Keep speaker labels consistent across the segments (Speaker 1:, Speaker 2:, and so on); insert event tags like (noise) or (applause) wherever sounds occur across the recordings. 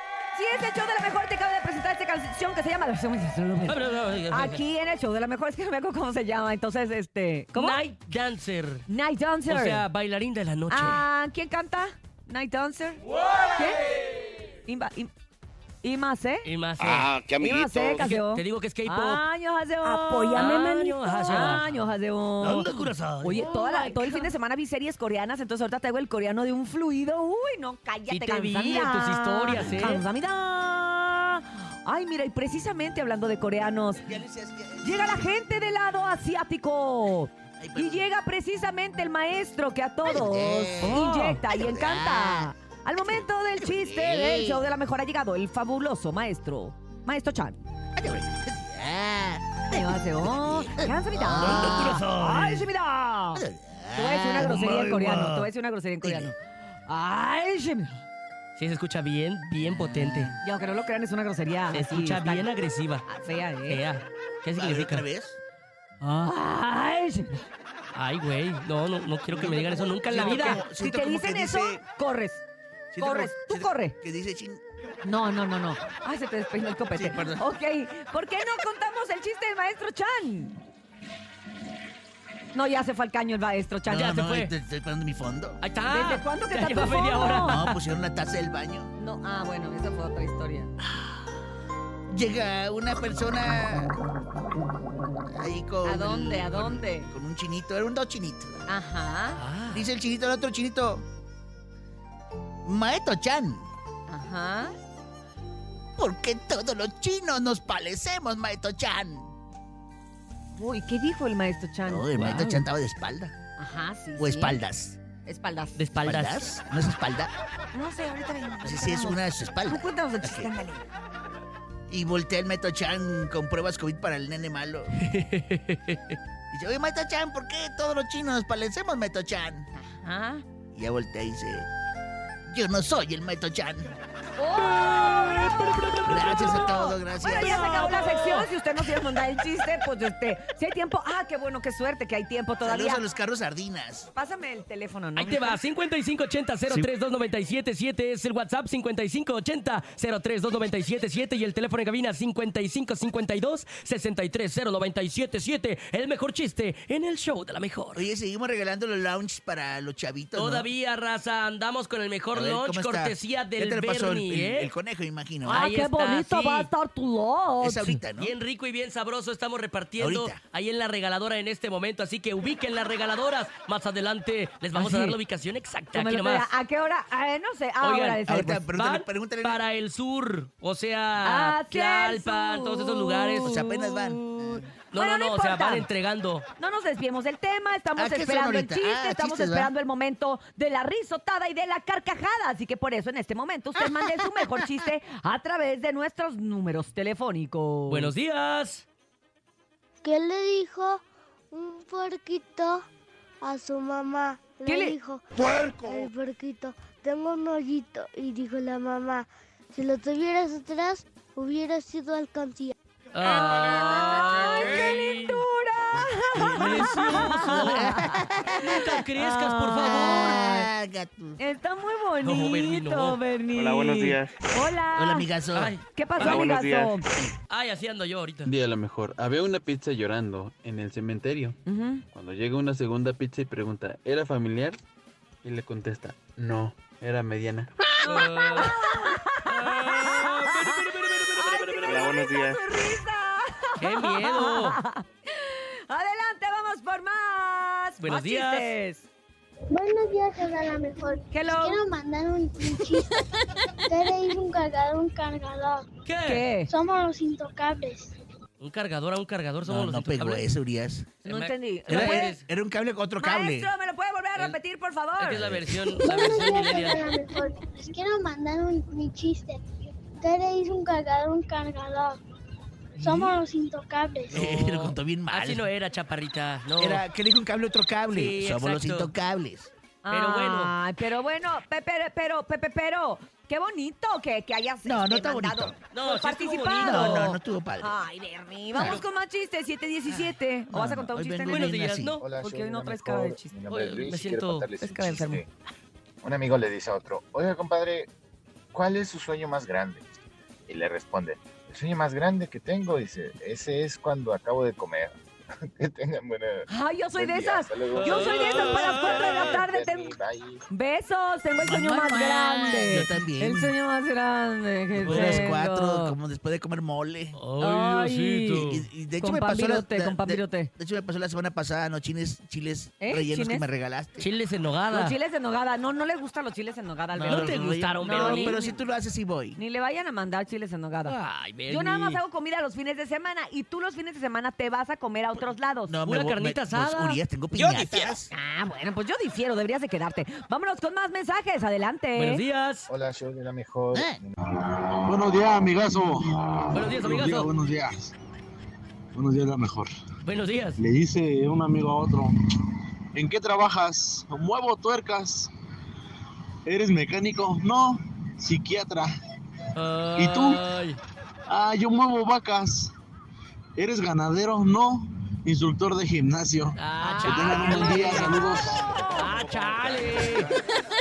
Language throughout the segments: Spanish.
Speaker 1: Aquí es el show de la mejor. Te acabo de presentar esta canción que se llama. Aquí en el show de la mejor. Es que no me acuerdo cómo se llama. Entonces, este. ¿Cómo?
Speaker 2: Night Dancer.
Speaker 1: Night Dancer.
Speaker 2: O sea, bailarín de la noche.
Speaker 1: Ah, ¿Quién canta? Night Dancer. ¿Quién? Imba, im, Imase.
Speaker 2: Y más. eh,
Speaker 3: Ah, qué amiguitos.
Speaker 1: Imase, Caseo.
Speaker 2: te digo que es K-pop.
Speaker 1: Años, Haseo.
Speaker 4: Apóyame, manito.
Speaker 1: Años, Haseo.
Speaker 2: Anda, Curazao.
Speaker 1: Oye, toda la- todo el fin de semana vi series coreanas, entonces ahorita traigo el coreano de un fluido. Uy, no, cállate,
Speaker 2: Sí te vi
Speaker 1: cansamida.
Speaker 2: en tus historias, ¿eh?
Speaker 1: Cansamida. Ay, mira, y precisamente hablando de coreanos, llega la gente del lado asiático. Y llega precisamente el maestro que a todos inyecta y encanta. Al momento del chiste del show de la mejor ha llegado el fabuloso maestro, maestro Chan. 안녕하세요. 감사합니다. 아이십니다. Te voy a decir una grosería en coreano. Te voy a decir una grosería en coreano. 아이십니다.
Speaker 2: Sí, se escucha bien, bien potente.
Speaker 1: Y aunque no lo crean, es una grosería.
Speaker 2: Se
Speaker 1: así,
Speaker 2: escucha
Speaker 1: está
Speaker 2: bien agresiva.
Speaker 1: Fea, ¿eh?
Speaker 2: Ea, ¿Qué significa?
Speaker 1: 아이십니다.
Speaker 2: Ay, güey. No, no, no quiero que me digan eso nunca en la vida.
Speaker 1: Si te dicen eso, corres. Corres. Tú corre.
Speaker 5: Que dice ching.
Speaker 1: No, no, no, no. Ay, se te despeinó el copete. Ok. ¿Por qué no contamos el chiste del maestro Chan? No, ya se fue al caño el maestro Chan.
Speaker 2: Ya se fue.
Speaker 5: Te estoy pagando mi fondo.
Speaker 2: Ahí está.
Speaker 1: ¿Desde cuándo que
Speaker 2: Ya
Speaker 1: está tu
Speaker 2: lleva media
Speaker 1: fondo?
Speaker 2: hora.
Speaker 5: No, pusieron la taza del baño.
Speaker 1: No, ah, bueno, esa fue otra historia.
Speaker 5: Llega una persona ahí con.
Speaker 1: ¿A dónde? ¿A dónde?
Speaker 5: Con un chinito, eran dos chinitos.
Speaker 1: Ajá,
Speaker 2: Ah,
Speaker 5: Dice el chinito al otro chinito. Maeto Chan,
Speaker 1: ajá.
Speaker 5: ¿por qué todos los chinos nos parecemos, Maeto Chan?
Speaker 1: Uy, ¿qué dijo el maestro Chan?
Speaker 5: No, el Maeto
Speaker 1: Wow.
Speaker 5: Chan estaba de espalda.
Speaker 1: Ajá, sí.
Speaker 5: O
Speaker 1: sí.
Speaker 5: espaldas.
Speaker 1: Espaldas.
Speaker 2: de espaldas.
Speaker 5: ¿No es espalda?
Speaker 1: No sé, ahorita me.
Speaker 5: Sí, sí, es una de sus espaldas.
Speaker 1: Tú cuéntanos el chiste,
Speaker 5: Ok.
Speaker 1: ándale.
Speaker 5: Y voltea el Meto Chan con pruebas COVID para el nene malo. dice, oye, Meto Chan, ¿por qué todos los chinos nos parecemos, Meto Chan?
Speaker 1: Ajá.
Speaker 5: Y ya voltea y dice, yo no soy el Meto Chan. Gracias a todos, gracias.
Speaker 1: Bueno, ya se acabó la sección. Si usted no quiere mandar el chiste, pues este. Si hay tiempo. Ah, qué bueno, qué suerte que hay tiempo todavía.
Speaker 5: Saludos a los carros sardinas.
Speaker 1: Pásame el teléfono, ¿no?
Speaker 2: Ahí te va, 5580-032977 es el WhatsApp, 5580-032977 y el teléfono en cabina 5552-630977, el mejor chiste en el show de la mejor.
Speaker 5: Oye, seguimos regalando los lounge para los chavitos, ¿no?
Speaker 2: Todavía, raza, andamos con el mejor
Speaker 5: A ver, ¿cómo
Speaker 2: lunch
Speaker 5: está?
Speaker 2: cortesía del
Speaker 5: Ya te lo pasó el,
Speaker 2: Bernie,
Speaker 5: el-
Speaker 2: ¿eh?
Speaker 5: el conejo, imagino.
Speaker 1: Ah,
Speaker 2: Ahí
Speaker 1: qué
Speaker 2: está,
Speaker 1: bonito
Speaker 2: sí.
Speaker 1: va a estar tu lot.
Speaker 5: es ahorita, ¿no?
Speaker 2: Bien rico y bien sabroso estamos repartiendo
Speaker 5: Ahorita.
Speaker 2: ahí en la regaladora en este momento, así que ubiquen las regaladoras. Más adelante les vamos
Speaker 1: Así.
Speaker 2: a dar la ubicación exacta.
Speaker 1: Tú me
Speaker 2: Aquí
Speaker 1: lo
Speaker 2: nomás.
Speaker 1: pegas. ¿A qué hora? Eh, no sé. Ah,
Speaker 2: Oigan,
Speaker 1: ahora de
Speaker 5: ahorita-
Speaker 1: pues.
Speaker 5: Pregúntale,
Speaker 2: Van
Speaker 5: pregúntale.
Speaker 2: para el sur, o sea,
Speaker 1: Hacia el
Speaker 2: Tlalpan, todos esos
Speaker 1: sur.
Speaker 2: lugares.
Speaker 5: O sea, apenas van.
Speaker 2: no,
Speaker 1: Bueno, no
Speaker 2: no, no, o sea,
Speaker 1: importa.
Speaker 2: van entregando.
Speaker 1: No nos desviemos del tema,
Speaker 5: ¿A
Speaker 1: estamos
Speaker 5: qué son
Speaker 1: esperando el
Speaker 5: ahorita?
Speaker 1: chiste,
Speaker 5: Ah,
Speaker 1: estamos
Speaker 5: chistes, ¿va?
Speaker 1: esperando el momento de la risotada y de la carcajada, así que por eso en este momento usted mande su mejor chiste a través de nuestros números telefónicos.
Speaker 2: Buenos días.
Speaker 6: ¿Qué le dijo un puerquito a su mamá? Le
Speaker 1: ¿Qué le-
Speaker 6: dijo, ¡Puerco! El puerquito, tengo un hoyito. Y dijo la mamá, si lo tuvieras atrás, hubieras sido alcancía.
Speaker 2: ¡Ay,
Speaker 1: Ah, ¡Qué lindura! (laughs)
Speaker 2: ¡Precioso! Nunca crezcas, por favor.
Speaker 5: Ah, gato.
Speaker 1: Está muy bonito,
Speaker 2: No, Bernie, no.
Speaker 1: Bernie.
Speaker 7: Hola, buenos días.
Speaker 1: Hola.
Speaker 5: Hola, amigazo.
Speaker 2: Ah, Ay,
Speaker 1: ¿Qué pasó,
Speaker 7: Hola, buenos
Speaker 1: amigazo?
Speaker 2: ay, así ando yo ahorita.
Speaker 8: Un día a lo mejor. Había una pizza llorando en el cementerio.
Speaker 1: Ujú.
Speaker 8: Cuando llega una segunda pizza y pregunta, ¿era familiar? Y le contesta, no, era mediana.
Speaker 2: Ah.
Speaker 7: Hola, buenos días.
Speaker 1: ¡Su risa!
Speaker 2: ¡Qué miedo!
Speaker 1: Adelante, vamos por más.
Speaker 2: Buenos
Speaker 1: Más
Speaker 2: días.
Speaker 1: chistes.
Speaker 6: Buenos días, a la mejor.
Speaker 1: Hello.
Speaker 6: Quiero mandar un
Speaker 1: (laughs)
Speaker 6: un chiste. ¿Qué le dijo un cargador a un cargador?
Speaker 2: ¿Qué?
Speaker 1: ¿Qué?
Speaker 6: Somos los intocables.
Speaker 2: Un cargador a un cargador somos
Speaker 5: No,
Speaker 2: los
Speaker 5: no pues, pegó
Speaker 2: intocables.
Speaker 5: eso, Urias.
Speaker 2: Se
Speaker 1: No
Speaker 2: me-
Speaker 1: entendí.
Speaker 2: Se
Speaker 1: ¿Lo
Speaker 2: me-
Speaker 1: puedes?
Speaker 2: Es
Speaker 5: Era un cable con otro cable.
Speaker 1: Maestro, ¿me lo puede volver a
Speaker 2: El-
Speaker 1: repetir, por favor?
Speaker 2: que es la versión, la
Speaker 6: Buenos
Speaker 2: versión
Speaker 6: días,
Speaker 2: millennial.
Speaker 6: a la mejor. Les quiero mandar un, mi chiste. ¿Qué le dijo un cargador a un cargador? Somos los intocables.
Speaker 5: Eh, (laughs) lo contó bien mal.
Speaker 2: Así no era, chaparrita. No.
Speaker 5: Era que le dijo un cable otro cable.
Speaker 2: Sí,
Speaker 5: Somos los
Speaker 2: exacto.
Speaker 5: intocables.
Speaker 2: Pero bueno.
Speaker 1: Ay, pero bueno, pe- pero, pero, pe- pe- pero, qué bonito que, que hayas
Speaker 5: No, no
Speaker 1: este,
Speaker 5: está
Speaker 1: mandado,
Speaker 5: bonito.
Speaker 2: No,
Speaker 1: pues,
Speaker 2: sí estuvo bonito.
Speaker 1: participado.
Speaker 5: No, no, no estuvo padre.
Speaker 1: Ay, Bernie, vamos con más chistes, 717. Ah, ¿O
Speaker 5: No,
Speaker 1: vas a
Speaker 5: no,
Speaker 1: contar un
Speaker 5: hoy
Speaker 1: chiste?
Speaker 5: vengo
Speaker 1: Bueno,
Speaker 2: Buenos
Speaker 5: bien
Speaker 2: días,
Speaker 5: así.
Speaker 2: ¿no?
Speaker 9: Hola,
Speaker 1: Porque
Speaker 9: soy
Speaker 1: hoy no
Speaker 9: la
Speaker 1: traes
Speaker 9: mejor.
Speaker 1: cara de chiste.
Speaker 9: Mi nombre es
Speaker 2: Oye,
Speaker 9: Luis
Speaker 2: me
Speaker 9: y quiero
Speaker 2: siento-
Speaker 9: contarles
Speaker 1: es
Speaker 9: un
Speaker 1: cara de enfermo.
Speaker 9: chiste. Un amigo le dice a otro, oiga compadre, ¿cuál es su sueño más grande?
Speaker 3: Y le responde, el sueño más grande que tengo, dice, ese es cuando acabo de comer. (laughs) que tengan buena...
Speaker 1: ¡Ay, yo soy
Speaker 3: buen
Speaker 1: de
Speaker 3: día,
Speaker 1: esas!
Speaker 3: hasta luego.
Speaker 1: Yo soy de esas para las cuatro de la tarde.
Speaker 3: Bernie,
Speaker 1: tengo-
Speaker 3: bye.
Speaker 1: Besos, tengo el sueño
Speaker 5: Bye,
Speaker 1: más
Speaker 5: bye.
Speaker 1: grande.
Speaker 5: Yo también.
Speaker 1: El sueño más grande que
Speaker 5: Como las
Speaker 1: tengo.
Speaker 5: cuatro, como después de comer mole.
Speaker 2: Oh,
Speaker 1: Ay.
Speaker 2: Diosito.
Speaker 5: Y, y de hecho
Speaker 1: Con
Speaker 5: me
Speaker 1: pan
Speaker 5: pasó la,
Speaker 1: virote,
Speaker 5: la-
Speaker 1: con pan
Speaker 5: de-
Speaker 1: virote.
Speaker 5: de hecho me pasó la semana pasada, no chiles, chiles
Speaker 1: ¿Eh?
Speaker 5: rellenos
Speaker 1: ¿Chiles?
Speaker 5: que me regalaste.
Speaker 2: Chiles en nogada.
Speaker 1: Los chiles en nogada. No, no les gustan los chiles en nogada,
Speaker 2: No,
Speaker 1: Alberto.
Speaker 2: Ah. no te
Speaker 5: pero-
Speaker 2: gustaron,
Speaker 5: no,
Speaker 2: Bernie.
Speaker 5: pero si tú lo haces sí voy.
Speaker 1: Ni le vayan a mandar chiles en nogada.
Speaker 2: Ay, Bernie.
Speaker 1: Yo nada más hago comida los fines de semana y tú los fines de semana te vas a comer a otros lados.
Speaker 5: No,
Speaker 2: Pura
Speaker 5: voy-
Speaker 2: carnita
Speaker 5: pues,
Speaker 2: asada.
Speaker 5: Urias, tengo
Speaker 4: Yo
Speaker 5: piñatas.
Speaker 1: Ah, bueno, pues yo difiero, deberías de quedarte. Vámonos con más mensajes, adelante.
Speaker 2: Buenos días.
Speaker 3: Hola, show de la mejor.
Speaker 5: Eh.
Speaker 9: Buenos días, amigazo.
Speaker 2: Buenos días, amigazo.
Speaker 9: Buenos días. Buenos días, la mejor.
Speaker 2: Buenos días.
Speaker 9: Le dice un amigo a otro, ¿en qué trabajas? Muevo tuercas. ¿Eres mecánico? No, psiquiatra. ¿Y tú?
Speaker 2: Ay.
Speaker 9: Ah, yo muevo vacas. ¿Eres ganadero? No, instructor de gimnasio.
Speaker 2: Ah,
Speaker 9: Que tengan un buen
Speaker 2: chale.
Speaker 9: día, saludos.
Speaker 2: Ah, chale.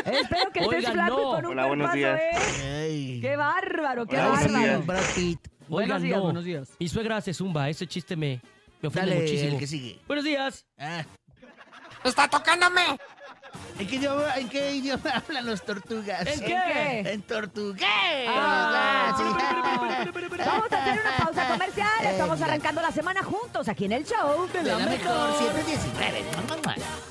Speaker 1: Espero que estés
Speaker 2: Oigan,
Speaker 1: flaco y
Speaker 2: no.
Speaker 1: con un
Speaker 7: Hola, buenos
Speaker 1: cuerpazo,
Speaker 7: días.
Speaker 1: ¿eh?
Speaker 5: Ay.
Speaker 1: ¡Qué bárbaro, qué
Speaker 7: Hola, buenos
Speaker 1: bárbaro!
Speaker 7: días.
Speaker 5: Brad Pitt.
Speaker 2: Oigan,
Speaker 1: buenos días,
Speaker 2: no.
Speaker 1: buenos días.
Speaker 2: Mi suegra se zumba. Ese chiste me, me ofende
Speaker 5: Dale,
Speaker 2: muchísimo.
Speaker 5: el que sigue.
Speaker 2: Buenos días.
Speaker 5: Ah,
Speaker 4: ¡Está tocándome!
Speaker 5: ¿En qué idioma, en qué idioma hablan las tortugas?
Speaker 2: ¿En
Speaker 1: ¿En qué?
Speaker 5: En tortugués.
Speaker 1: Ah.
Speaker 5: Ah, sí.
Speaker 1: Vamos a hacer una pausa comercial. Estamos arrancando la semana juntos aquí en el show.
Speaker 5: De la mejor 719.